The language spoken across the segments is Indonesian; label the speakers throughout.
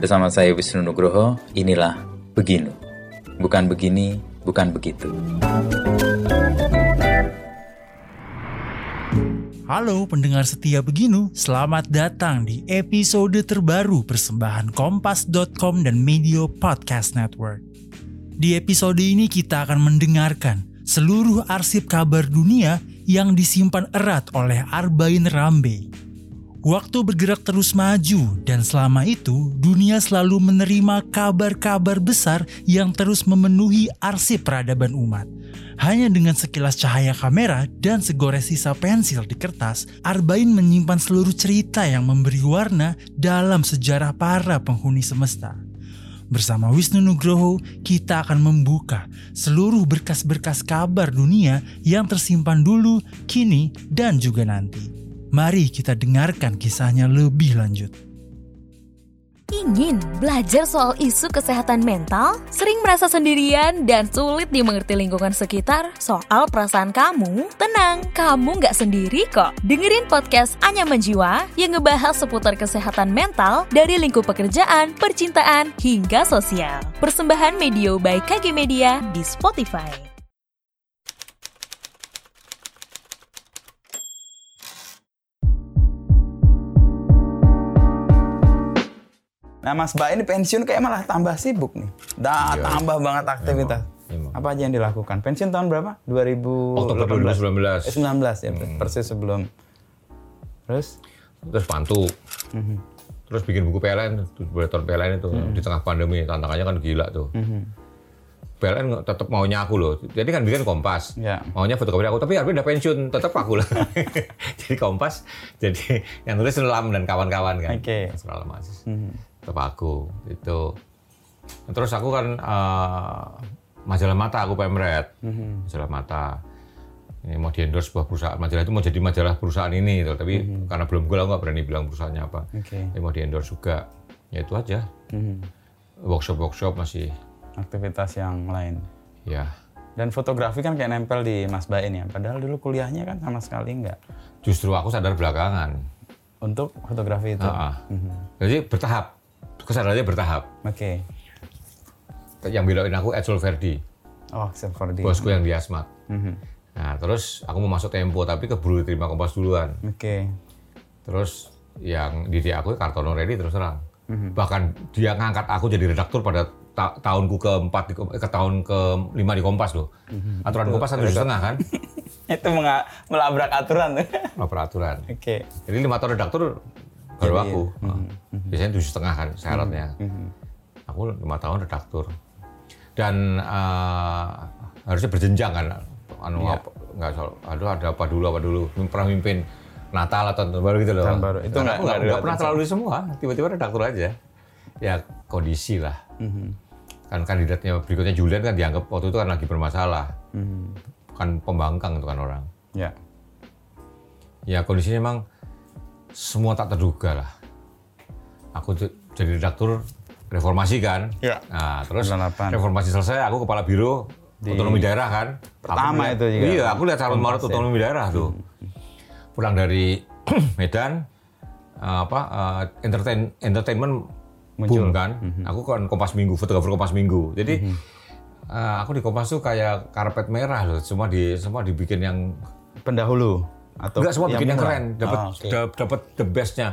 Speaker 1: Bersama saya Wisnu Nugroho, inilah Beginu. Bukan begini, bukan begitu.
Speaker 2: Halo pendengar setia Beginu, selamat datang di episode terbaru persembahan Kompas.com dan Media Podcast Network. Di episode ini kita akan mendengarkan seluruh arsip kabar dunia yang disimpan erat oleh Arbain Rambe. Waktu bergerak terus maju dan selama itu dunia selalu menerima kabar-kabar besar yang terus memenuhi arsip peradaban umat. Hanya dengan sekilas cahaya kamera dan segores sisa pensil di kertas, Arbain menyimpan seluruh cerita yang memberi warna dalam sejarah para penghuni semesta. Bersama Wisnu Nugroho, kita akan membuka seluruh berkas-berkas kabar dunia yang tersimpan dulu, kini, dan juga nanti. Mari kita dengarkan kisahnya lebih lanjut.
Speaker 3: Ingin belajar soal isu kesehatan mental, sering merasa sendirian dan sulit dimengerti lingkungan sekitar soal perasaan kamu? Tenang, kamu nggak sendiri kok. Dengerin podcast Anya Menjiwa yang ngebahas seputar kesehatan mental dari lingkup pekerjaan, percintaan, hingga sosial. Persembahan Medio by KG Media di Spotify.
Speaker 4: Nah Mas Ba ini pensiun kayak malah tambah sibuk nih. Da,
Speaker 5: Iya.
Speaker 4: tambah banget aktivitas.
Speaker 5: Memang.
Speaker 4: Apa aja yang dilakukan? Pensiun tahun berapa? 2018.
Speaker 5: Oktober 2019.
Speaker 4: Eh, 19 ya,
Speaker 5: Hmm.
Speaker 4: persis sebelum. Terus Mhm.
Speaker 5: terus pantu terus bikin buku PLN buletor PLN itu
Speaker 4: Hmm.
Speaker 5: di tengah pandemi tantangannya kan gila tuh PLN nge- tetap maunya aku loh jadi kan bikin kompas
Speaker 4: Ya.
Speaker 5: maunya fotokopi aku tapi Arvin udah pensiun tetap aku lah jadi kompas jadi yang nulis Nulam dan kawan-kawan kan
Speaker 4: Oke. Hmm.
Speaker 5: Mas Nulam Aziz. tetap aku itu terus aku kan eh, majalah mata aku pemret
Speaker 4: Mhm.
Speaker 5: majalah mata ini mau di endorse sebuah perusahaan majalah itu mau jadi majalah perusahaan ini gitu. tapi karena belum gue aku nggak berani bilang perusahaannya apa
Speaker 4: Mhm. Oke.
Speaker 5: tapi mau di endorse juga ya itu aja
Speaker 4: mhm,
Speaker 5: workshop workshop masih
Speaker 4: aktivitas yang lain.
Speaker 5: ya
Speaker 4: Dan fotografi kan kayak nempel di Mas Ba ini ya. Padahal dulu kuliahnya kan sama sekali enggak
Speaker 5: justru aku sadar belakangan
Speaker 4: untuk fotografi itu.
Speaker 5: Ah, ah.
Speaker 4: Mhm.
Speaker 5: jadi bertahap kesadarannya bertahap
Speaker 4: Oke.
Speaker 5: yang belokin aku Edsel Verdi
Speaker 4: Oh, except for the-
Speaker 5: bosku yang di Asmat
Speaker 4: Mhm.
Speaker 5: nah terus aku mau masuk Tempo tapi keburu terima kompas duluan
Speaker 4: Oke.
Speaker 5: Terus yang diri aku Kartono Redi terus terang. Bahkan dia ngangkat aku jadi redaktur pada ta- tahunku keempat di, Kom- ke tahun ke lima di Kompas loh. Aturan Kompas satu setengah kan,
Speaker 4: Itu menga- melabrak aturan tuh. Oke.
Speaker 5: Nah, peraturan. Jadi lima tahun redaktur baru
Speaker 4: Jadi,
Speaker 5: aku. Nah, Biasanya tujuh setengah kan syaratnya.
Speaker 4: Hmm.
Speaker 5: Aku lima tahun redaktur dan eh, harusnya berjenjang kan. Anu
Speaker 4: Iya.
Speaker 5: apa, nggak soal. Aduh ada apa dulu apa dulu. Pernah mimpin Natal atau tahun baru gitu loh.
Speaker 4: Tahun baru. Itu
Speaker 5: Karena
Speaker 4: nggak-
Speaker 5: aku nggak
Speaker 4: nggak
Speaker 5: nggak pernah
Speaker 4: dilatih.
Speaker 5: terlalu semua. Tiba-tiba redaktur aja. Ya kondisi lah.
Speaker 4: Hmm.
Speaker 5: Kan kandidatnya berikutnya Julian kan dianggap waktu itu kan lagi bermasalah.
Speaker 4: Hmm.
Speaker 5: Kan pembangkang itu kan orang
Speaker 4: Ya.
Speaker 5: ya kondisinya emang semua tak terduga lah. Aku tuh jadi redaktur reformasi kan.
Speaker 4: Ya.
Speaker 5: Nah, terus
Speaker 4: 98.
Speaker 5: reformasi selesai aku kepala biro otonomi daerah kan.
Speaker 4: Pertama
Speaker 5: lihat-
Speaker 4: itu juga. Hmm.
Speaker 5: Iya, aku lihat calon Maret otonomi daerah tuh. Pulang dari Medan eh, apa eh, entertain entertainment boom kan.
Speaker 4: Hmm.
Speaker 5: Aku kan Kompas Minggu, fotografer Kompas Minggu. Jadi eh, aku di Kompas tuh kayak karpet merah loh, semua di semua dibikin yang
Speaker 4: Pendahulu atau
Speaker 5: Enggak semua bikin
Speaker 4: Ya,
Speaker 5: yang
Speaker 4: murah?
Speaker 5: keren, dapat
Speaker 4: Ah, oke. Mhm.
Speaker 5: da- dapat the bestnya.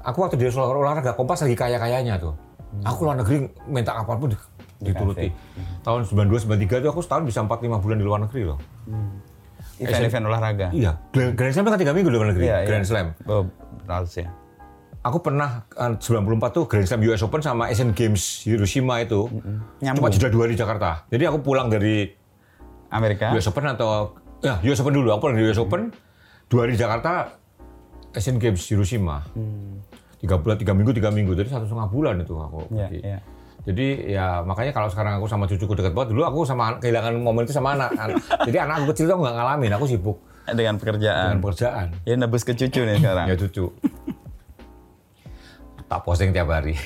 Speaker 5: Aku waktu di soal olahraga Kompas lagi kaya kayanya tuh.
Speaker 4: Mhm.
Speaker 5: Aku luar negeri minta apapun di- dituruti. Tahun 92 93 itu aku setahun bisa 4 5 bulan di luar negeri loh.
Speaker 4: event-event olahraga.
Speaker 5: Iya, Grand Grand Slam kan 3 minggu di luar negeri,
Speaker 4: Iya, iya.
Speaker 5: Grand Slam.
Speaker 4: Oh, Rals ya.
Speaker 5: Aku pernah eh, 94 tuh Grand Slam US Open sama Asian Games Hiroshima itu. Cuma
Speaker 4: Mhm. Nyambung.
Speaker 5: jeda dua hari di Jakarta. Jadi aku pulang dari
Speaker 4: Amerika.
Speaker 5: US Open atau ya US Open dulu. Aku pulang dari US Open dua hari di Jakarta Asian Games Hiroshima. Tiga bulan, tiga minggu, tiga minggu. Jadi satu setengah bulan itu aku.
Speaker 4: Iya,
Speaker 5: pergi.
Speaker 4: iya.
Speaker 5: Jadi ya makanya kalau sekarang aku sama cucuku deket banget. Dulu aku sama kehilangan momen itu sama anak. anak. Jadi anak aku kecil tuh aku nggak ngalamin. Aku sibuk
Speaker 4: Dengan pekerjaan.
Speaker 5: dengan pekerjaan.
Speaker 4: Ya nebus ke cucu nih sekarang.
Speaker 5: Ya cucu. tak posting tiap hari.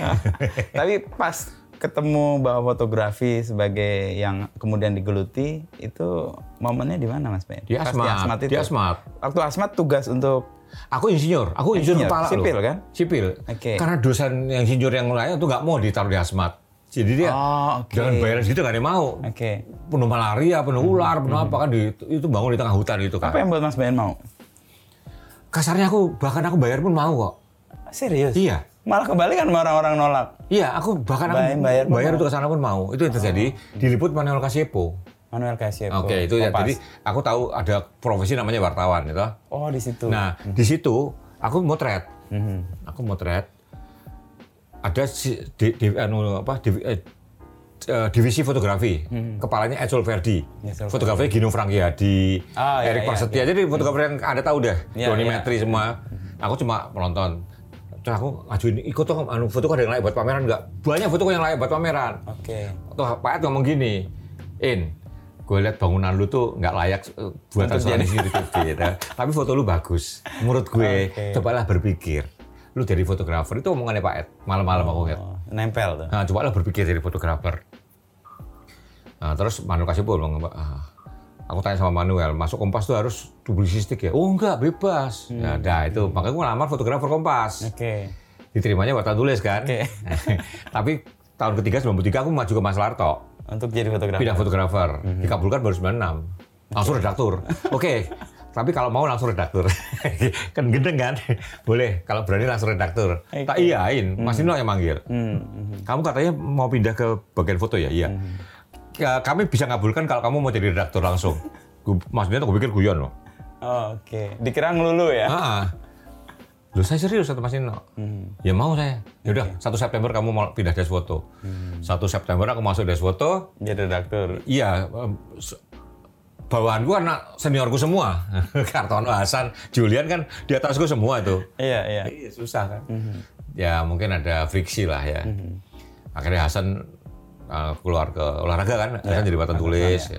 Speaker 4: Tapi pas ketemu bahwa fotografi sebagai yang kemudian digeluti itu momennya di mana Mas Ben?
Speaker 5: Dia
Speaker 4: Pas
Speaker 5: asmat.
Speaker 4: asmat itu.
Speaker 5: Dia asmat.
Speaker 4: Waktu asmat tugas untuk
Speaker 5: Aku insinyur, aku insinyur
Speaker 4: Insinyur,
Speaker 5: kepala loh.
Speaker 4: sipil kan?
Speaker 5: Sipil.
Speaker 4: Oke.
Speaker 5: Karena dosen yang insinyur yang lain itu nggak mau ditaruh di asmat. Jadi dia
Speaker 4: Oh, oke.
Speaker 5: jangan bayar segitu nggak ada yang mau.
Speaker 4: Oke. Hmm,
Speaker 5: Penuh malaria, penuh ular, penuh apa kan di- itu bangun di tengah hutan itu kan.
Speaker 4: Apa yang buat Mas Bayan mau?
Speaker 5: Kasarnya aku bahkan aku bayar pun mau kok.
Speaker 4: Serius?
Speaker 5: Iya.
Speaker 4: Malah kebalikan sama orang-orang nolak.
Speaker 5: Iya, aku bahkan aku
Speaker 4: Bayar- bayar pun mau.
Speaker 5: untuk kesana pun mau. Itu yang terjadi diliput Manuel Kasiepo.
Speaker 4: Manuel Kasiepo. Oh,
Speaker 5: Oke, itu ya.
Speaker 4: Kompas.
Speaker 5: Jadi aku tahu ada profesi namanya wartawan, gitu.
Speaker 4: Oh, di situ.
Speaker 5: Nah, di situ aku motret.
Speaker 4: Hmm.
Speaker 5: Aku motret. Ada si, di, di- anu, apa, di- eh, eh, divisi fotografi.
Speaker 4: Hmm.
Speaker 5: Kepalanya Edsel Verdi.
Speaker 4: Edsel
Speaker 5: Fotografinya Gino Frangiadi,
Speaker 4: Ah, iya,
Speaker 5: Erik
Speaker 4: iya,
Speaker 5: Prasetya. Jadi fotografer yang Anda tahu deh,
Speaker 4: Iya, Hmm.
Speaker 5: donimetri semua. Aku cuma menonton. Terus aku ngajuin ikut dong anu foto ada yang layak buat pameran nggak? Banyak foto yang layak buat pameran.
Speaker 4: Oke.
Speaker 5: Tuh Pak Ed ngomong gini, In, gue lihat bangunan lu tuh nggak layak eh, buat
Speaker 4: Untuk
Speaker 5: restoran
Speaker 4: jadi-
Speaker 5: sini gitu. Tapi foto lu bagus. Menurut gue,
Speaker 4: Oke.
Speaker 5: cobalah berpikir. Lu jadi fotografer itu omongannya Pak Ed. Malam-malam aku lihat.
Speaker 4: Oh, nempel tuh.
Speaker 5: Nah, cobalah berpikir jadi fotografer. Nah, terus Manuel kasih bilang, "Ah, aku tanya sama Manuel, masuk Kompas tuh harus publisistik ya? Oh enggak, bebas.
Speaker 4: Hmm.
Speaker 5: Ya, dah itu. Makanya gue ngelamar fotografer Kompas
Speaker 4: Oke.
Speaker 5: diterimanya wartawan tulis kan.
Speaker 4: Eh. Oke.
Speaker 5: Tapi tahun ketiga 93 aku maju ke Mas Larto,
Speaker 4: Untuk jadi fotografer.
Speaker 5: pindah fotografer.
Speaker 4: Mhm.
Speaker 5: Dikabulkan baru 96. Langsung redaktur. Oke. Tapi kalau mau langsung redaktur. kan gendeng kan? Boleh, kalau berani langsung redaktur. Tak
Speaker 4: Oke.
Speaker 5: iyain, Mas Nino yang manggil.
Speaker 4: Hmm, mhm.
Speaker 5: Kamu katanya mau pindah ke bagian foto ya? Iya. Ka- Kami bisa ngabulkan kalau kamu mau jadi redaktur langsung. Gu- Mas Nino gue pikir guyon loh.
Speaker 4: Oh, Oke. Dikira ngelulu ya?
Speaker 5: Ah, Loh saya serius satu Mas Nino.
Speaker 4: Mhm.
Speaker 5: Ya mau saya. Ya udah, 1 September kamu mau pindah desk foto.
Speaker 4: Mhm.
Speaker 5: 1 September aku masuk desk foto.
Speaker 4: Jadi redaktur.
Speaker 5: Iya, em, se- bawahanku anak seniorku semua. Kartono Hasan, Julian kan di atasku semua itu.
Speaker 4: Iya, iya.
Speaker 5: Iya, susah kan. Ya mungkin ada friksi lah ya. Akhirnya Hasan uh, keluar ke olahraga kan, Hasan jadi batan tulis. ya.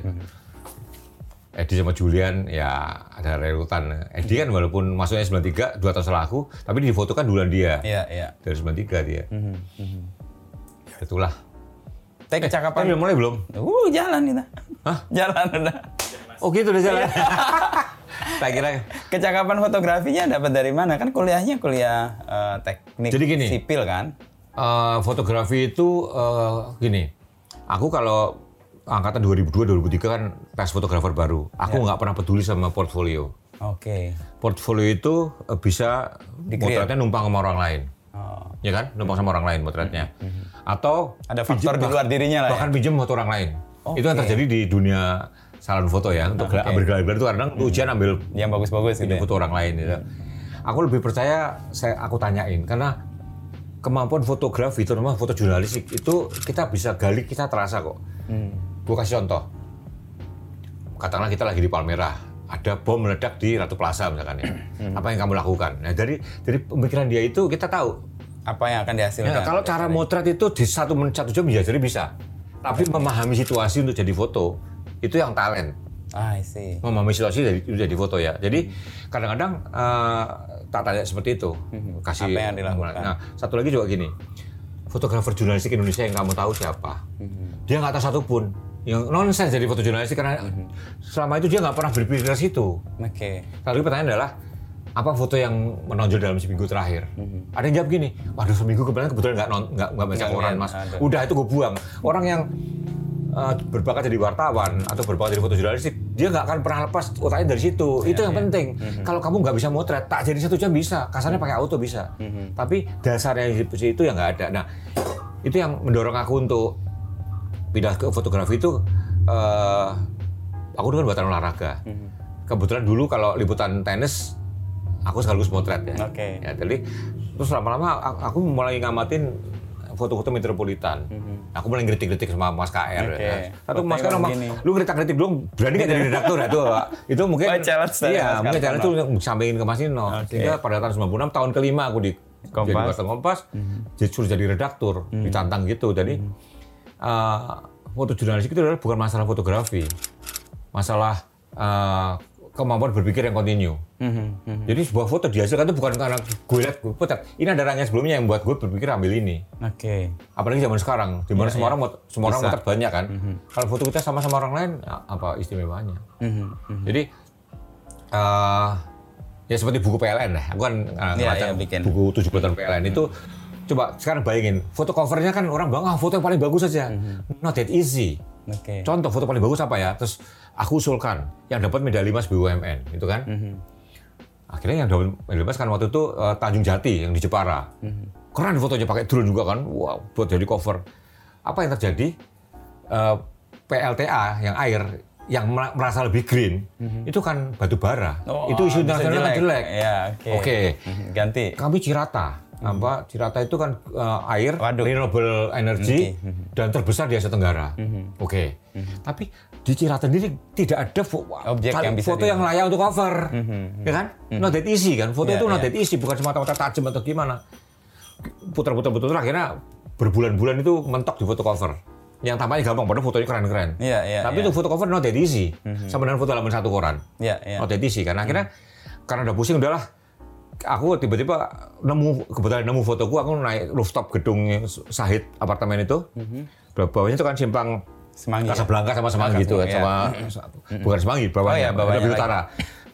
Speaker 5: Edi sama Julian ya ada relutan. Edi kan walaupun masuknya 93, dua tahun setelah aku, tapi di foto kan duluan dia.
Speaker 4: Iya, iya.
Speaker 5: Dari 93 dia.
Speaker 4: Mhm.
Speaker 5: Ya, itulah.
Speaker 4: Take
Speaker 5: Tapi
Speaker 4: cakapan.
Speaker 5: udah mulai belum?
Speaker 4: Uh, jalan kita.
Speaker 5: Hah?
Speaker 4: Jalan udah.
Speaker 5: Oh gitu udah jalan. Tak kira.
Speaker 4: Kecakapan fotografinya dapat dari mana? Kan kuliahnya kuliah eh, teknik
Speaker 5: Jadi gini.
Speaker 4: sipil kan?
Speaker 5: Eh, fotografi itu eh, gini, aku kalau angkatan 2002-2003 kan tes fotografer baru. Aku
Speaker 4: Ya.
Speaker 5: nggak pernah peduli sama portfolio.
Speaker 4: Oke.
Speaker 5: Portfolio itu eh, bisa
Speaker 4: Di-create.
Speaker 5: motretnya numpang sama orang lain,
Speaker 4: Oh.
Speaker 5: ya kan? Numpang sama orang lain motretnya. Atau
Speaker 4: Mm-hmm. Ada faktor di luar dirinya lah ya?
Speaker 5: Bahkan pinjam foto orang lain. Itu yang
Speaker 4: Oke.
Speaker 5: terjadi di dunia salon foto ya. Untuk
Speaker 4: Oke. Mm-hmm.
Speaker 5: ambil gelar-gelar itu kadang ujian ambil
Speaker 4: Yang bagus-bagus gitu.
Speaker 5: ini
Speaker 4: ya?
Speaker 5: foto orang lain gitu. Aku lebih percaya saya aku tanyain karena kemampuan fotografi terutama foto jurnalistik itu kita bisa gali kita terasa kok. Gue kasih contoh. Katakanlah kita lagi di Palmerah, ada bom meledak di Ratu Plaza misalkan ya. Apa yang kamu lakukan? Nah, dari dari pemikiran dia itu kita tahu
Speaker 4: Apa yang akan
Speaker 5: Ya,
Speaker 4: dihasilkan?
Speaker 5: kalau cara motret itu di satu menit satu jam ya jadi bisa. Tapi memahami situasi untuk jadi foto itu yang talent
Speaker 4: Ah, I see.
Speaker 5: memahami situasi dari itu jadi foto ya. Jadi
Speaker 4: Hmm.
Speaker 5: kadang-kadang eh, tak tanya seperti itu. Kasih
Speaker 4: Hmm. Apa yang dilakukan.
Speaker 5: Nah, satu lagi juga gini. Fotografer jurnalistik Indonesia yang kamu tahu siapa?
Speaker 4: Hmm.
Speaker 5: Dia nggak tahu satupun. Yang nonsens jadi foto jurnalistik karena
Speaker 4: Hmm.
Speaker 5: selama itu dia nggak pernah berpikir ke situ.
Speaker 4: Oke.
Speaker 5: Lalu pertanyaan adalah apa foto yang menonjol dalam seminggu terakhir? Ada yang jawab gini, waduh seminggu kemarin kebetulan nggak non- nggak nggak baca
Speaker 4: Nggak
Speaker 5: koran
Speaker 4: lihat,
Speaker 5: mas,
Speaker 4: ada.
Speaker 5: udah itu gue buang. Orang yang eh, berbakat jadi wartawan atau berbakat jadi foto jurnalistik, dia nggak akan pernah lepas otaknya dari situ. itu yang penting. Kalau kamu nggak bisa motret, tak jadi satu jam bisa, kasarnya pakai auto bisa. Tapi dasarnya itu yang nggak ada. Nah itu yang mendorong aku untuk pindah ke fotografi itu eh aku dulu kan buatan olahraga.
Speaker 4: Mhm.
Speaker 5: Kebetulan dulu kalau liputan tenis aku sekaligus motret ya.
Speaker 4: Oke.
Speaker 5: Ya, jadi terus lama-lama a- aku mulai ngamatin foto-foto metropolitan. Aku mulai kritik-kritik sama Mas KR.
Speaker 4: Mhm. Oke.
Speaker 5: Ya. Satu
Speaker 4: Fotonya
Speaker 5: Mas KR ngomong,
Speaker 4: begini.
Speaker 5: lu kritik-kritik dong, berani nggak jadi redaktor ya itu? Pak?" Itu mungkin
Speaker 4: Oh, challenge dari Mas
Speaker 5: Iya, mungkin
Speaker 4: Kartono.
Speaker 5: challenge itu sampaikan ke Mas Nino.
Speaker 4: Oke.
Speaker 5: Sehingga pada tahun 96 tahun kelima aku di
Speaker 4: Kompas. Mhm.
Speaker 5: jadi wartawan Kompas, jadi suruh jadi redaktur, ditantang gitu. Jadi eh, foto jurnalistik itu adalah bukan masalah fotografi, masalah eh, kemampuan berpikir yang kontinu.
Speaker 4: Mhm,
Speaker 5: Jadi sebuah foto dihasilkan itu bukan karena gue lihat gue putar. Ini ada rangkaian sebelumnya yang buat gue berpikir ambil ini.
Speaker 4: Oke.
Speaker 5: Apalagi zaman sekarang, di mana semua orang mot- semua
Speaker 4: Iya,
Speaker 5: orang
Speaker 4: Bisa. Mhm.
Speaker 5: motret banyak kan. Kalau foto kita ya, sama-sama orang lain, a- apa istimewanya?
Speaker 4: Mhm.
Speaker 5: Jadi eh, ya seperti buku PLN lah. Aku kan uh,
Speaker 4: Iya,
Speaker 5: ngebaca
Speaker 4: iya, bikin. Mhm.
Speaker 5: buku tujuh bulanan PLN itu coba sekarang bayangin foto covernya kan orang bang ah foto yang paling bagus saja.
Speaker 4: Mhm.
Speaker 5: Not that easy.
Speaker 4: Oke.
Speaker 5: Contoh foto paling bagus apa ya? Terus aku usulkan yang dapat medali emas BUMN gitu kan.
Speaker 4: Mhm.
Speaker 5: Akhirnya yang dapat medali emas kan waktu itu eh, Tanjung Jati yang di Jepara.
Speaker 4: Mhm.
Speaker 5: Keren fotonya pakai drone juga kan. Wow, buat jadi cover. Apa yang terjadi? Eh, PLTA yang air yang mer- merasa lebih green itu kan batu bara.
Speaker 4: Mhm. Oh,
Speaker 5: itu isu
Speaker 4: bisa
Speaker 5: internasional kan jelek.
Speaker 4: Iya, oke.
Speaker 5: Oke.
Speaker 4: Mhm, Ganti.
Speaker 5: Kami Cirata, apa Cirata itu kan eh, air
Speaker 4: Hmm. Waduh.
Speaker 5: renewable energy
Speaker 4: Oke. Hmm. Mhm.
Speaker 5: dan terbesar di Asia Tenggara. Oke. Tapi di Cirata sendiri tidak ada fo-
Speaker 4: Objek
Speaker 5: cari
Speaker 4: yang bisa di-
Speaker 5: foto
Speaker 4: Hmm,
Speaker 5: yang layak untuk cover. Ya kan? Not that easy kan. Foto
Speaker 4: Iya,
Speaker 5: itu not
Speaker 4: iya.
Speaker 5: that easy bukan semata-mata tajam atau gimana. Putar-putar-putar akhirnya berbulan-bulan itu mentok di foto cover. Yang tampaknya gampang padahal fotonya keren-keren.
Speaker 4: Iya, iya,
Speaker 5: Tapi
Speaker 4: iya. Hmm,
Speaker 5: untuk foto cover not that easy. Sama dengan foto halaman satu koran
Speaker 4: Iya, iya.
Speaker 5: waktu itu Oh, sih karena akhirnya karena udah pusing udahlah aku tiba-tiba nemu kebetulan nemu fotoku aku naik rooftop gedung Sahid apartemen itu bawahnya itu kan simpang
Speaker 4: Mhm. Semanggi. ya?
Speaker 5: Casablanca sama Semanggi itu kan
Speaker 4: Iya.
Speaker 5: sama bukan Semanggi bawahnya,
Speaker 4: Oh, iya, bawahnya Mhm.
Speaker 5: lebih
Speaker 4: lagi.
Speaker 5: utara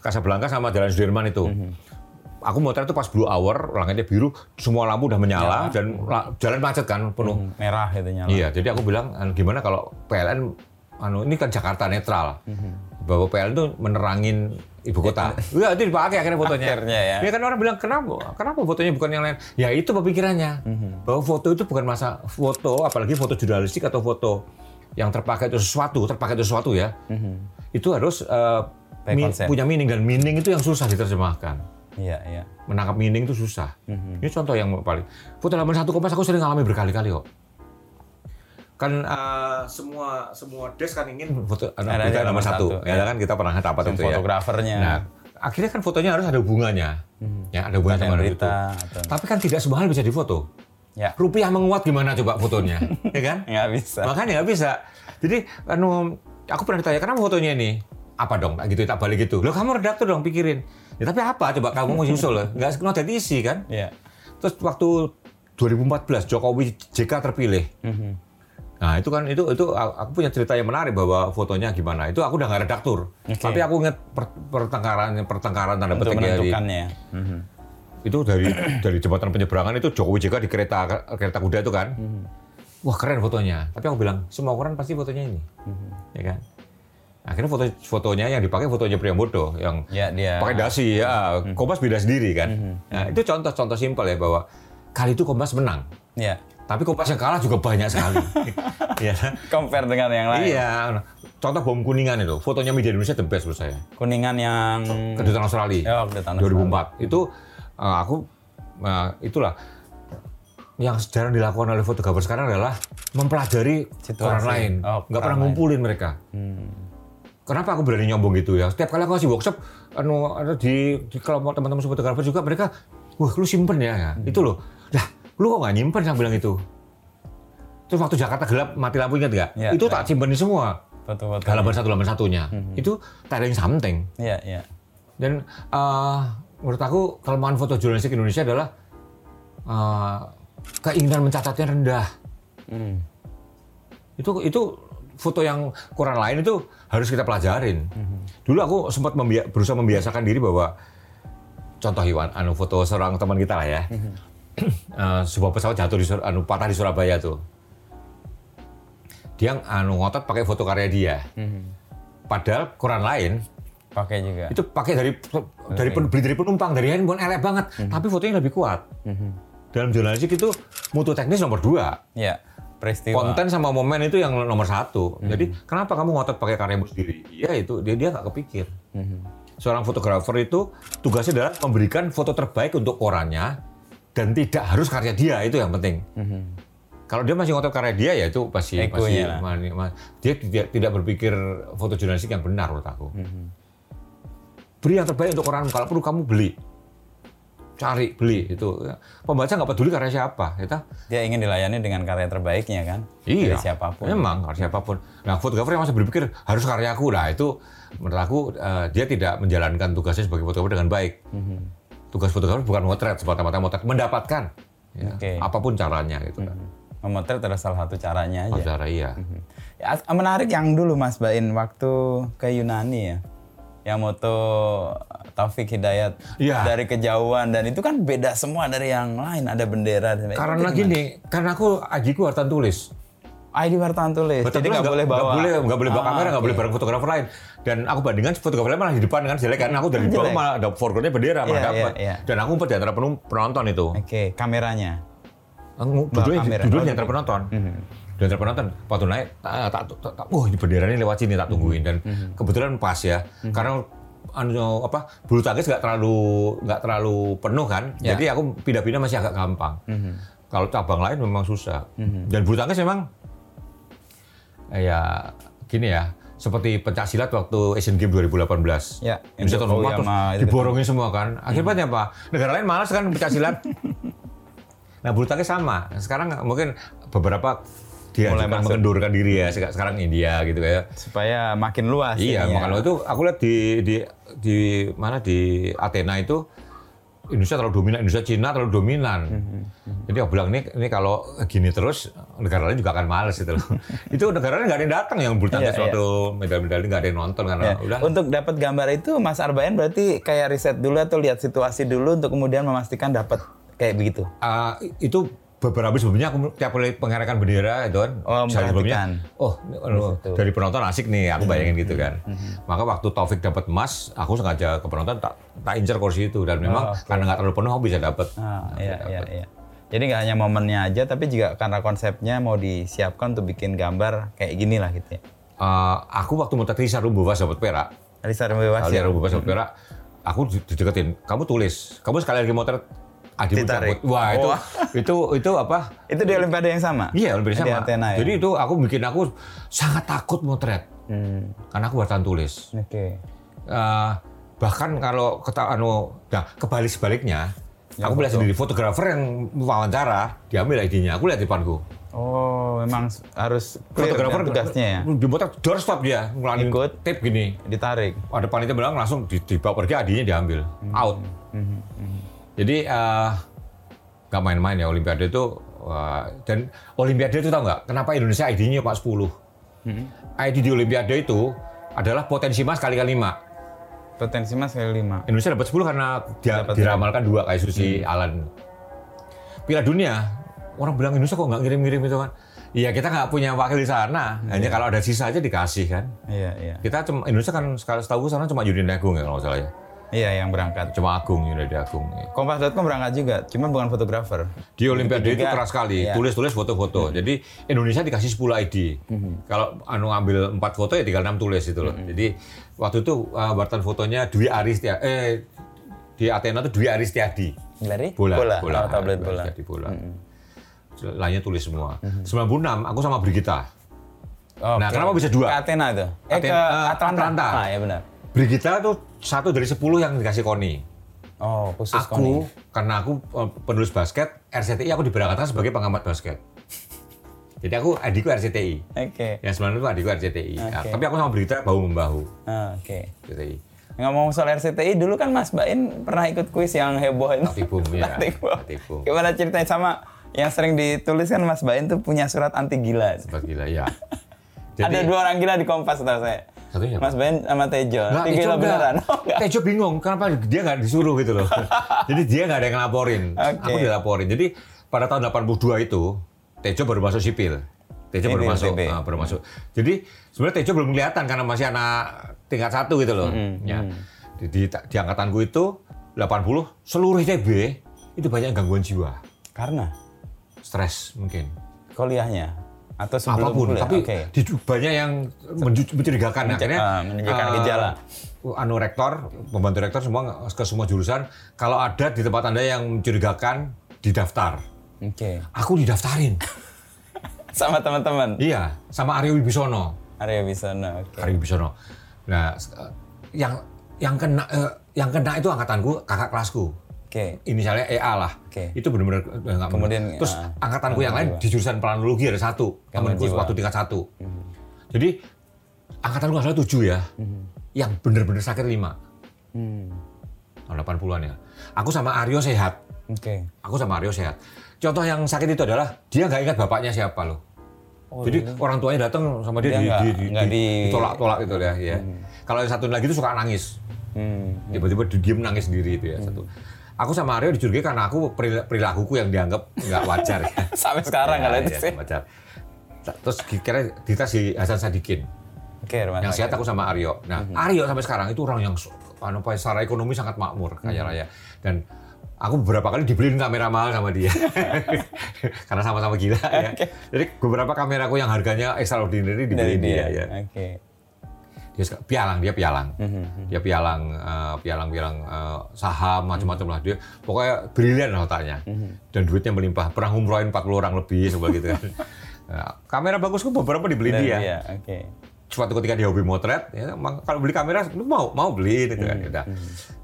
Speaker 5: Casablanca sama Jalan Sudirman itu aku motret itu pas blue hour langitnya biru semua lampu udah menyala
Speaker 4: Ya.
Speaker 5: dan la- jalan macet kan penuh
Speaker 4: Merah itu nyala.
Speaker 5: Iya, jadi aku bilang anu, gimana kalau PLN anu ini kan Jakarta netral.
Speaker 4: Mhm.
Speaker 5: Bahwa PLN itu menerangin ibu kota. Iya, itu dipakai akhirnya fotonya.
Speaker 4: Akhirnya ya.
Speaker 5: kan orang bilang kenapa? Kenapa fotonya bukan yang lain? Ya itu pemikirannya.
Speaker 4: Mhm.
Speaker 5: Bahwa foto itu bukan masa foto, apalagi foto jurnalistik atau foto yang terpakai itu sesuatu, terpakai itu sesuatu ya. Itu harus eh,
Speaker 4: Pakai
Speaker 5: mi-
Speaker 4: Mhm. konsep.
Speaker 5: punya meaning dan meaning itu yang susah diterjemahkan
Speaker 4: Iya, iya.
Speaker 5: menangkap meaning itu susah.
Speaker 4: Mhm.
Speaker 5: Ini contoh yang paling. Foto halaman satu kompas aku sering alami berkali-kali kok. Kan eh, semua semua desk kan ingin foto
Speaker 4: Ada
Speaker 5: anak berita
Speaker 4: halaman
Speaker 5: halaman satu.
Speaker 4: satu,
Speaker 5: Ya, kan kita pernah rapat
Speaker 4: Yang
Speaker 5: itu ya.
Speaker 4: fotografernya.
Speaker 5: Nah, akhirnya kan fotonya harus ada hubungannya. Ya, ada
Speaker 4: Mhm.
Speaker 5: hubungannya
Speaker 4: Ada
Speaker 5: sama
Speaker 4: berita
Speaker 5: itu.
Speaker 4: atau-
Speaker 5: Tapi kan tidak semua hal bisa difoto.
Speaker 4: Ya.
Speaker 5: Rupiah menguat gimana coba fotonya? ya kan?
Speaker 4: Nggak bisa.
Speaker 5: Makanya nggak bisa. Jadi anu aku pernah ditanya kenapa fotonya ini apa dong Tak gitu tak balik gitu. Loh kamu redaktur dong pikirin. Ya tapi apa coba kamu mau usul loh. Nggak not that easy kan.
Speaker 4: Iya.
Speaker 5: Terus waktu 2014 Jokowi JK terpilih.
Speaker 4: Mhm.
Speaker 5: Nah itu kan itu itu aku punya cerita yang menarik bahwa fotonya gimana. Itu aku udah nggak redaktur.
Speaker 4: Oke.
Speaker 5: Tapi aku ingat per- pertengkaran pertengkaran tanda
Speaker 4: Untuk
Speaker 5: petik ya di-
Speaker 4: menentukannya. ya. Mhm.
Speaker 5: itu dari dari jembatan penyeberangan itu Jokowi JK di kereta kereta kuda itu kan
Speaker 4: Mhm.
Speaker 5: wah keren fotonya tapi aku bilang semua orang pasti fotonya ini
Speaker 4: Mhm.
Speaker 5: ya kan akhirnya foto fotonya yang dipakai fotonya Priambodo yang
Speaker 4: Ya, dia. Mhm.
Speaker 5: pakai dasi ya Kompas beda sendiri kan nah, itu contoh-contoh simpel ya bahwa kali itu Kompas menang
Speaker 4: Iya.
Speaker 5: tapi Kompas yang kalah juga banyak sekali ya
Speaker 4: Compare dengan yang lain.
Speaker 5: iya contoh bom kuningan itu fotonya media Indonesia the best menurut saya
Speaker 4: Kuningan yang
Speaker 5: kedutaan Australia.
Speaker 4: Ya, kedutaan
Speaker 5: 2004. Itu eh, aku eh, itulah yang jarang dilakukan oleh fotografer sekarang adalah mempelajari
Speaker 4: Situasi.
Speaker 5: orang lain,
Speaker 4: Oh, orang
Speaker 5: nggak pernah
Speaker 4: lain. Hmm.
Speaker 5: ngumpulin mereka. Kenapa aku berani nyombong gitu ya? Setiap kali aku kasih workshop, anu ada di, di kelompok teman-teman fotografer juga mereka, wah lu simpen ya, ya.
Speaker 4: Hmm.
Speaker 5: itu loh. Lah, lu kok nggak nyimpen? Saya bilang itu. Terus waktu Jakarta gelap mati lampu ingat nggak?
Speaker 4: Ya, ya.
Speaker 5: itu
Speaker 4: Hmm.
Speaker 5: tak simpenin semua.
Speaker 4: foto-foto.
Speaker 5: Halaman satu halaman satunya. Itu tak ada yang something.
Speaker 4: Iya, iya.
Speaker 5: Dan eh, menurut aku kelemahan foto jurnalistik Indonesia adalah eh, keinginan mencatatnya rendah. Itu itu foto yang koran lain itu harus kita pelajarin. Dulu aku sempat membia- berusaha membiasakan diri bahwa contoh Iwan, anu foto seorang teman kita lah ya. Eh, sebuah pesawat jatuh di Sur- anu patah di Surabaya tuh. Dia anu ngotot pakai foto karya dia. Padahal koran lain
Speaker 4: Pakai juga.
Speaker 5: itu pakai dari dari pen- beli dari penumpang dari handphone elek banget tapi fotonya lebih kuat dalam jurnalistik itu mutu teknis nomor dua
Speaker 4: Iya. Peristiwa.
Speaker 5: konten sama momen itu yang nomor satu
Speaker 4: Hmm.
Speaker 5: jadi kenapa kamu ngotot pakai karyamu sendiri iya itu dia dia nggak kepikir
Speaker 4: Hmm.
Speaker 5: seorang fotografer itu tugasnya adalah memberikan foto terbaik untuk orangnya dan tidak harus karya dia itu yang penting kalau dia masih ngotot karya dia ya itu pasti
Speaker 4: Hmm. Egonya lah.
Speaker 5: masih mani- ma- dia tidak tidak berpikir foto jurnalistik yang benar menurut aku
Speaker 4: Hmm.
Speaker 5: beri yang terbaik untuk orang kalau perlu kamu beli cari beli itu pembaca nggak peduli karya siapa ya kita
Speaker 4: Dia ingin dilayani dengan karya terbaiknya kan.
Speaker 5: Iya.
Speaker 4: Dari siapapun.
Speaker 5: Memang harus siapapun. Nah, fotografer yang masih berpikir harus karyaku lah itu menurut aku eh, dia tidak menjalankan tugasnya sebagai fotografer dengan baik.
Speaker 4: Mhm.
Speaker 5: Tugas fotografer bukan motret semata-mata motret, mendapatkan ya,
Speaker 4: Oke. Mhm.
Speaker 5: apapun caranya gitu kan.
Speaker 4: Memotret adalah salah satu caranya aja.
Speaker 5: Kalau
Speaker 4: Mhm.
Speaker 5: Cara iya.
Speaker 4: Ya, menarik yang dulu Mas Bain waktu ke Yunani ya. yang moto Taufik Hidayat
Speaker 5: Iya.
Speaker 4: dari kejauhan dan itu kan beda semua dari yang lain ada bendera dan
Speaker 5: Karena gini, karena aku ajiku hartan tulis.
Speaker 4: ID wartawan tulis
Speaker 5: Hartan
Speaker 4: jadi nggak
Speaker 5: tulis
Speaker 4: boleh bawa
Speaker 5: nggak boleh, nggak boleh bawa
Speaker 4: Ah,
Speaker 5: kamera, nggak
Speaker 4: oke.
Speaker 5: boleh bareng fotografer lain. Dan aku bandingkan fotografer lain malah di depan kan jelek karena aku dari di bawah
Speaker 4: Jelek.
Speaker 5: malah ada foregroundnya bendera malah
Speaker 4: Iya, iya,
Speaker 5: dapat.
Speaker 4: iya.
Speaker 5: Dan aku empat di antara penum- penonton itu.
Speaker 4: oke kameranya
Speaker 5: Duduknya,
Speaker 4: kamera. Oh,
Speaker 5: duduknya di antara penonton. Di antara penonton, waktu naik, tak, tak, tak- tak- wah ini bendera ini lewat sini, tak
Speaker 4: Mhm.
Speaker 5: tungguin. Dan kebetulan pas ya, karena anu apa bulu tangkis nggak terlalu nggak terlalu penuh kan,
Speaker 4: Ya. Mhm.
Speaker 5: jadi aku pindah-pindah masih agak gampang. Kalau cabang lain memang susah. Dan bulu tangkis memang eh, ya gini ya, seperti pencaksilat waktu Asian Games 2018.
Speaker 4: Ya,
Speaker 5: Indonesia tahun
Speaker 4: Jokowi
Speaker 5: empat terus
Speaker 4: sama itu. Hmm.
Speaker 5: diborongin semua kan. Akibatnya apa? Negara lain malas kan pencaksilat. Nah bulu tangkis sama. Sekarang mungkin beberapa dia
Speaker 4: Mulai
Speaker 5: juga
Speaker 4: masuk.
Speaker 5: mengendurkan diri ya. Sek- Sekarang India gitu kayak.
Speaker 4: supaya makin luas
Speaker 5: Iya,
Speaker 4: ininya.
Speaker 5: makanya itu aku lihat di di di mana di Athena itu Indonesia terlalu dominan, Indonesia Cina terlalu dominan.
Speaker 4: Mhm,
Speaker 5: Jadi aku bilang ini ini kalau gini terus negara lain juga akan males gitu loh. itu negara lain nggak ada yang datang yang bulu tangkis
Speaker 4: Iya, iya.
Speaker 5: waktu medali-medali nggak ada yang nonton karena
Speaker 4: Ya,
Speaker 5: udah
Speaker 4: Untuk dapat gambar itu Mas Arbaen berarti kayak riset dulu atau lihat situasi dulu untuk kemudian memastikan dapat kayak begitu.
Speaker 5: Ah, itu beberapa sebelumnya aku tiap kali pengerekan bendera itu kan
Speaker 4: Oh,
Speaker 5: sehari
Speaker 4: memperhatikan.
Speaker 5: oh ini- aduh,
Speaker 4: situ. Hmm,
Speaker 5: dari penonton asik nih aku bayangin gitu kan maka waktu Taufik dapat emas aku sengaja ke penonton tak tak incer kursi itu dan memang
Speaker 4: Oh, oke.
Speaker 5: karena nggak terlalu penuh aku bisa dapat
Speaker 4: Ah, iya, iya, iya. Jadi nggak hanya momennya aja, tapi juga karena konsepnya mau disiapkan untuk bikin gambar kayak gini lah gitu ya.
Speaker 5: Eh, aku waktu mau tadi Rumbuwas dapat perak
Speaker 4: Risa Rembewas
Speaker 5: Kali
Speaker 4: ya.
Speaker 5: Rumbuwas dapat perak aku di- dideketin kamu tulis kamu sekali lagi motret adikmu
Speaker 4: Ditarik.
Speaker 5: cabut wah itu
Speaker 4: Wah.
Speaker 5: itu itu apa
Speaker 4: Itu di Olimpiade yang sama?
Speaker 5: Iya, hampir
Speaker 4: Di
Speaker 5: sama.
Speaker 4: Athena ya?
Speaker 5: Jadi itu aku bikin aku sangat takut motret.
Speaker 4: Hmm.
Speaker 5: Karena aku wartawan tulis.
Speaker 4: Oke.
Speaker 5: Eh, bahkan kalau kata anu nah, kebalik sebaliknya,
Speaker 4: Ya,
Speaker 5: aku melihat
Speaker 4: betul.
Speaker 5: sendiri fotografer yang wawancara diambil ID-nya, aku lihat di depanku.
Speaker 4: Oh, memang s- harus clear
Speaker 5: Fotografer
Speaker 4: dan tugasnya ya?
Speaker 5: Di motret doorstop dia, ngeluarin
Speaker 4: Ikut.
Speaker 5: tape gini.
Speaker 4: Ditarik.
Speaker 5: Ada panitia bilang langsung di- dibawa pergi ID-nya diambil, out. Jadi eh, nggak main-main ya Olimpiade itu wah, dan Olimpiade itu tahu nggak kenapa Indonesia ID-nya cuma 10? ID di Olimpiade itu adalah potensi emas kali kali 5.
Speaker 4: Potensi mas kali lima.
Speaker 5: Indonesia dapat 10 karena dia
Speaker 4: Dapat
Speaker 5: diramalkan dua kayak Susi Alan. Piala Dunia orang bilang Indonesia kok nggak ngirim-ngirim itu kan? Iya kita nggak punya wakil di sana, hanya kalau ada sisa aja dikasih kan.
Speaker 4: Iya, iya.
Speaker 5: Kita cuma Indonesia kan sekali setahu gue sana cuma Yudin Agung ya kalau nggak salah ya.
Speaker 4: Iya, yang berangkat.
Speaker 5: Cuma Agung Yudin Agung.
Speaker 4: Iya. Kompas.com berangkat juga, cuman bukan fotografer.
Speaker 5: Di Olimpiade itu
Speaker 4: Juga,
Speaker 5: keras sekali,
Speaker 4: iya. Mhm.
Speaker 5: tulis-tulis foto-foto. Jadi Indonesia dikasih 10 ID. Kalau anu ambil 4 foto ya tinggal 6 tulis itu loh. Jadi waktu itu uh, wartawan fotonya Dwi Aristia eh di Athena itu Dwi Aristiadi.
Speaker 4: Dari?
Speaker 5: Bola,
Speaker 4: Bola.
Speaker 5: bola.
Speaker 4: Oh, tablet bola. Mhm.
Speaker 5: Jadi bola. Lainnya tulis semua. 96 aku sama Brigita.
Speaker 4: Oh, oke.
Speaker 5: Nah, kenapa bisa dua?
Speaker 4: Ke Athena itu? Eh, ke
Speaker 5: Athena- eh,
Speaker 4: Atlanta.
Speaker 5: Atlanta.
Speaker 4: Ah, ya benar.
Speaker 5: Brigita tuh satu dari 10 yang dikasih Koni.
Speaker 4: Oh, khusus Koni.
Speaker 5: Aku karena aku eh, penulis basket, RCTI aku diberangkatkan sebagai pengamat basket. Jadi aku adikku RCTI.
Speaker 4: Oke.
Speaker 5: Yang sebelumnya itu adikku RCTI. Nah,
Speaker 4: Oke.
Speaker 5: tapi aku sama berita bahu membahu
Speaker 4: Ah, Oke.
Speaker 5: RCTI.
Speaker 4: Ngomong soal RCTI, dulu kan Mas Bain pernah ikut kuis yang heboh ini.
Speaker 5: Tati Boom, ya.
Speaker 4: Tati Boom.
Speaker 5: Tati Boom.
Speaker 4: Gimana ceritanya sama yang sering ditulis kan Mas Bain tuh punya surat anti gila.
Speaker 5: Sempat gila ya.
Speaker 4: Ada dua orang gila di Kompas tahu saya.
Speaker 5: Satu siapa?
Speaker 4: Mas Bain sama Tejo.
Speaker 5: Nggak,
Speaker 4: Anti
Speaker 5: Tejo
Speaker 4: gila
Speaker 5: nggak.
Speaker 4: beneran. Oh, nggak.
Speaker 5: Tejo bingung, kenapa dia nggak disuruh gitu loh. Jadi dia nggak ada yang ngelaporin.
Speaker 4: Oke.
Speaker 5: Aku dilaporin. Jadi pada tahun 82 itu, Tejo baru masuk sipil. Tejo baru
Speaker 4: Sipil,
Speaker 5: masuk,
Speaker 4: TB.
Speaker 5: ah, baru masuk. Jadi sebenarnya Tejo belum kelihatan karena masih anak tingkat satu gitu loh.
Speaker 4: Hmm,
Speaker 5: ya. Di, di, di angkatanku itu, 80, seluruh TB itu banyak gangguan jiwa.
Speaker 4: Karena
Speaker 5: Stres mungkin.
Speaker 4: kuliahnya atau sebelum
Speaker 5: apapun
Speaker 4: kuliah.
Speaker 5: tapi
Speaker 4: Oke.
Speaker 5: di, banyak yang menju- mencurigakan
Speaker 4: Mencek-
Speaker 5: akhirnya
Speaker 4: ah, menunjukkan
Speaker 5: eh,
Speaker 4: gejala.
Speaker 5: anu rektor pembantu rektor semua ke semua jurusan kalau ada di tempat anda yang mencurigakan didaftar
Speaker 4: Oke.
Speaker 5: aku didaftarin
Speaker 4: Sama teman-teman.
Speaker 5: iya sama Aryo Wibisono
Speaker 4: Arya Bisana. Oke.
Speaker 5: Aryo Wibisono nah s- eh, yang yang kena eh, yang kena itu angkatanku kakak kelasku
Speaker 4: Oke.
Speaker 5: inisialnya EA lah.
Speaker 4: Oke.
Speaker 5: Itu benar-benar eh, nggak
Speaker 4: Kemudian,
Speaker 5: benar. terus
Speaker 4: ah,
Speaker 5: angkatanku yang lain di jurusan planologi ada satu,
Speaker 4: Gangguan jiwa.
Speaker 5: temanku
Speaker 4: Hmm.
Speaker 5: waktu tingkat satu. Jadi angkatanku nggak salah tujuh ya, yang benar-benar sakit lima
Speaker 4: Hmm.
Speaker 5: tahun 80-an ya. Aku sama Aryo sehat,
Speaker 4: Oke.
Speaker 5: aku sama Aryo sehat. Contoh yang sakit itu adalah dia nggak ingat bapaknya siapa loh. Jadi orang tuanya datang sama
Speaker 4: Oh,
Speaker 5: dia,
Speaker 4: iya. Dia nggak-
Speaker 5: di, di- di-
Speaker 4: nggak
Speaker 5: di-
Speaker 4: di- Hmm.
Speaker 5: ditolak-tolak gitu ya. ya. Kalau yang satu lagi itu suka nangis. Tiba-tiba dia diem nangis sendiri itu ya
Speaker 4: Hmm.
Speaker 5: satu. Aku sama Aryo dicurigai karena aku peril- perilakuku yang dianggap nggak wajar. ya.
Speaker 4: Sampai sekarang
Speaker 5: Ya,
Speaker 4: kalau itu
Speaker 5: ya,
Speaker 4: sih.
Speaker 5: wajar. Ta- Terus kira Dita si Hasan Sadikin.
Speaker 4: Oke, rumah sakit.
Speaker 5: Yang sehat aku sama Aryo. Nah,
Speaker 4: Mm-hmm.
Speaker 5: Aryo sampai sekarang itu orang yang so- anu apa, secara ekonomi sangat makmur,
Speaker 4: Mm-hmm.
Speaker 5: kaya raya. Dan aku beberapa kali dibeliin kamera mahal sama dia. Karena sama-sama gila ya. Jadi beberapa kameraku yang harganya extraordinary
Speaker 4: dari
Speaker 5: dibeliin
Speaker 4: dia.
Speaker 5: dia. ya.
Speaker 4: Oke.
Speaker 5: Dia suka- pialang, dia pialang.
Speaker 4: Mm-hmm.
Speaker 5: Dia pialang eh, pialang-pialang eh, saham macam-macam lah dia. Pokoknya brilian otaknya.
Speaker 4: Mm-hmm.
Speaker 5: Dan duitnya melimpah. Pernah umrohin 40 orang lebih sebagai gitu kan. Nah, kamera bagusku beberapa dibeliin
Speaker 4: Dari
Speaker 5: dia
Speaker 4: dia. Oke.
Speaker 5: suatu ketika dia hobi motret, ya, emang kalau beli kamera lu mau mau beli gitu
Speaker 4: Hmm,
Speaker 5: kan. Udah.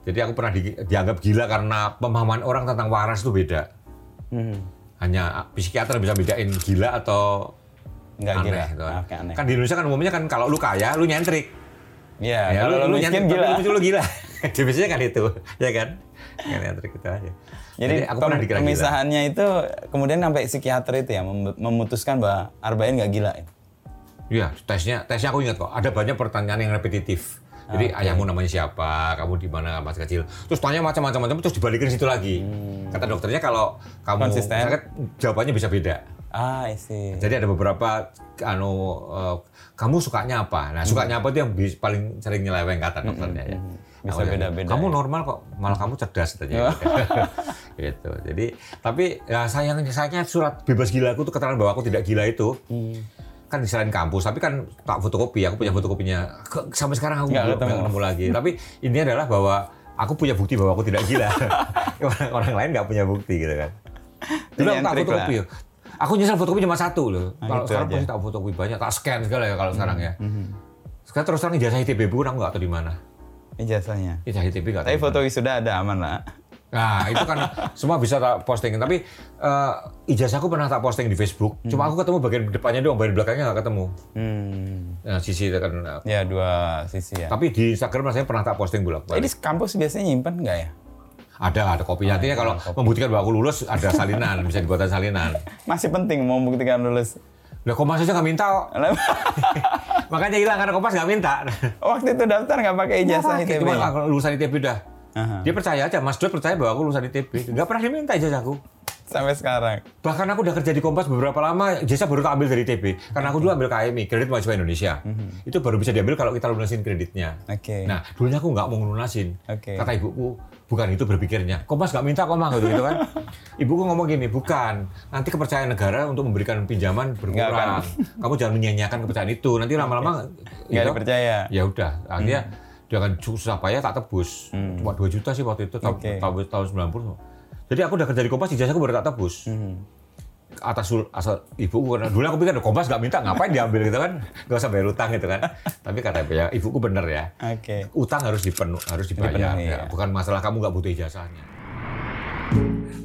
Speaker 5: Jadi aku pernah di- dianggap gila karena pemahaman orang tentang waras itu beda.
Speaker 4: Hmm.
Speaker 5: Hanya ah, psikiater bisa bedain gila atau
Speaker 4: Nggak
Speaker 5: aneh,
Speaker 4: gila.
Speaker 5: gitu kan.
Speaker 4: Oke, aneh.
Speaker 5: Kan di Indonesia kan umumnya kan kalau lu kaya lu nyentrik.
Speaker 4: Iya,
Speaker 5: Ya,
Speaker 4: kalau lu miskin
Speaker 5: nyentrik,
Speaker 4: gila.
Speaker 5: tapi Lu, lu gila. Jadi biasanya kan itu, ya kan? Kan nyentrik gitu aja.
Speaker 4: Jadi
Speaker 5: aku
Speaker 4: pem-
Speaker 5: pernah dikira gila.
Speaker 4: pemisahannya itu kemudian sampai psikiater itu ya mem- memutuskan bahwa Arbain nggak gila. ya?
Speaker 5: Iya, tesnya tesnya aku ingat kok. Ada banyak pertanyaan yang repetitif. Jadi ayahmu namanya siapa, kamu di mana masih kecil. Terus tanya macam-macam macam terus dibalikin situ lagi. Kata dokternya kalau kamu
Speaker 4: Konsisten.
Speaker 5: sakit jawabannya bisa beda.
Speaker 4: Ah, isi.
Speaker 5: Jadi ada beberapa anu eh, kamu sukanya apa?
Speaker 4: Hmm.
Speaker 5: Nah, sukanya apa itu yang bi- paling sering nyeleweng kata dokternya ya.
Speaker 4: Bisa
Speaker 5: Aku bilang,
Speaker 4: hmm, beda-beda
Speaker 5: Kamu
Speaker 4: ya." Oh.
Speaker 5: normal kok, malah kamu cerdas katanya. gitu. Jadi tapi ya sayangnya sayangnya surat bebas gila aku tuh keterangan bahwa aku tidak gila itu.
Speaker 4: Hmm.
Speaker 5: Kan di selain kampus, tapi kan tak fotokopi, aku punya fotokopinya. Ke- Sampai sekarang aku
Speaker 4: Nggak
Speaker 5: belum
Speaker 4: ketemu.
Speaker 5: nggak ketemu lagi. tapi ini adalah bahwa aku punya bukti bahwa aku tidak gila. orang, orang lain nggak punya bukti gitu kan. Dulu aku tak
Speaker 4: nyentrik
Speaker 5: fotokopi. Aku nyesel fotokopi cuma satu loh.
Speaker 4: Nah,
Speaker 5: kalau
Speaker 4: gitu aja.
Speaker 5: sekarang
Speaker 4: Hmm,
Speaker 5: pasti tak fotokopi banyak, tak scan segala ya kalau sekarang ya. Sekarang terus terang ijazah ITB pun aku nggak tahu di mana.
Speaker 4: Ijazahnya.
Speaker 5: Ijazah ITB nggak tahu.
Speaker 4: Tapi
Speaker 5: di
Speaker 4: foto sudah ada aman lah.
Speaker 5: Nah, itu kan semua bisa tak posting. Tapi eh, ijazahku pernah tak posting di Facebook. Cuma aku ketemu bagian depannya doang, bagian belakangnya nggak ketemu.
Speaker 4: Hmm.
Speaker 5: Nah, sisi itu kan. eh,
Speaker 4: Ya dua sisi ya.
Speaker 5: Tapi di Instagram rasanya pernah tak posting bolak-balik.
Speaker 4: Jadi kampus biasanya nyimpen nggak ya?
Speaker 5: Ada, ada kopinya. Artinya kalau membuktikan bahwa aku lulus, ada salinan, bisa dibuatkan salinan.
Speaker 4: Masih penting mau membuktikan lulus.
Speaker 5: Lah Kompas aja nggak minta kok. Makanya hilang karena Kompas nggak minta.
Speaker 4: Waktu itu daftar nggak pakai ijazah
Speaker 5: Pakai,
Speaker 4: ITB.
Speaker 5: Cuma aku lulusan ITB dah.
Speaker 4: Aha.
Speaker 5: Dia percaya aja, Mas Dot percaya bahwa aku lulusan ITB. Nggak pernah diminta ijazahku.
Speaker 4: Sampai sekarang.
Speaker 5: Bahkan aku udah kerja di Kompas beberapa lama, ijazah baru tak ambil dari ITB. Karena aku dulu ambil KMI, kredit mahasiswa Indonesia. Itu baru bisa diambil kalau kita lunasin kreditnya.
Speaker 4: Mhm. Oke.
Speaker 5: Nah, dulunya aku nggak mau lunasin.
Speaker 4: Oke.
Speaker 5: Kata ibuku, bukan itu berpikirnya. Kompas nggak minta kok, Mang, gitu, gitu kan. ibuku ngomong gini, bukan. Nanti kepercayaan negara untuk memberikan pinjaman berkurang. Kamu jangan menyanyiakan kepercayaan itu. Nanti lama-lama
Speaker 4: Nggak
Speaker 5: gitu,
Speaker 4: dipercaya. Hmm.
Speaker 5: ya udah akhirnya dia kan susah payah tak tebus cuma 2 juta sih waktu itu tahun,
Speaker 4: Oke.
Speaker 5: tahun, tahun 90 jadi aku udah kerja di Kompas ijazahku baru tak tebus
Speaker 4: Hmm.
Speaker 5: atas sul- asal ibuku karena dulu aku pikir Kompas nggak minta ngapain diambil gitu kan nggak usah bayar utang gitu kan tapi kata ibu ya ibuku bener ya
Speaker 4: Oke.
Speaker 5: utang harus dipenu harus dibayar
Speaker 4: Dipenuhi,
Speaker 5: ya.
Speaker 4: ya.
Speaker 5: bukan masalah kamu nggak butuh ijazahnya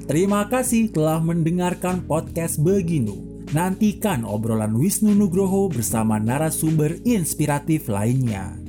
Speaker 2: Terima kasih telah mendengarkan podcast Beginu. Nantikan obrolan Wisnu Nugroho bersama narasumber inspiratif lainnya.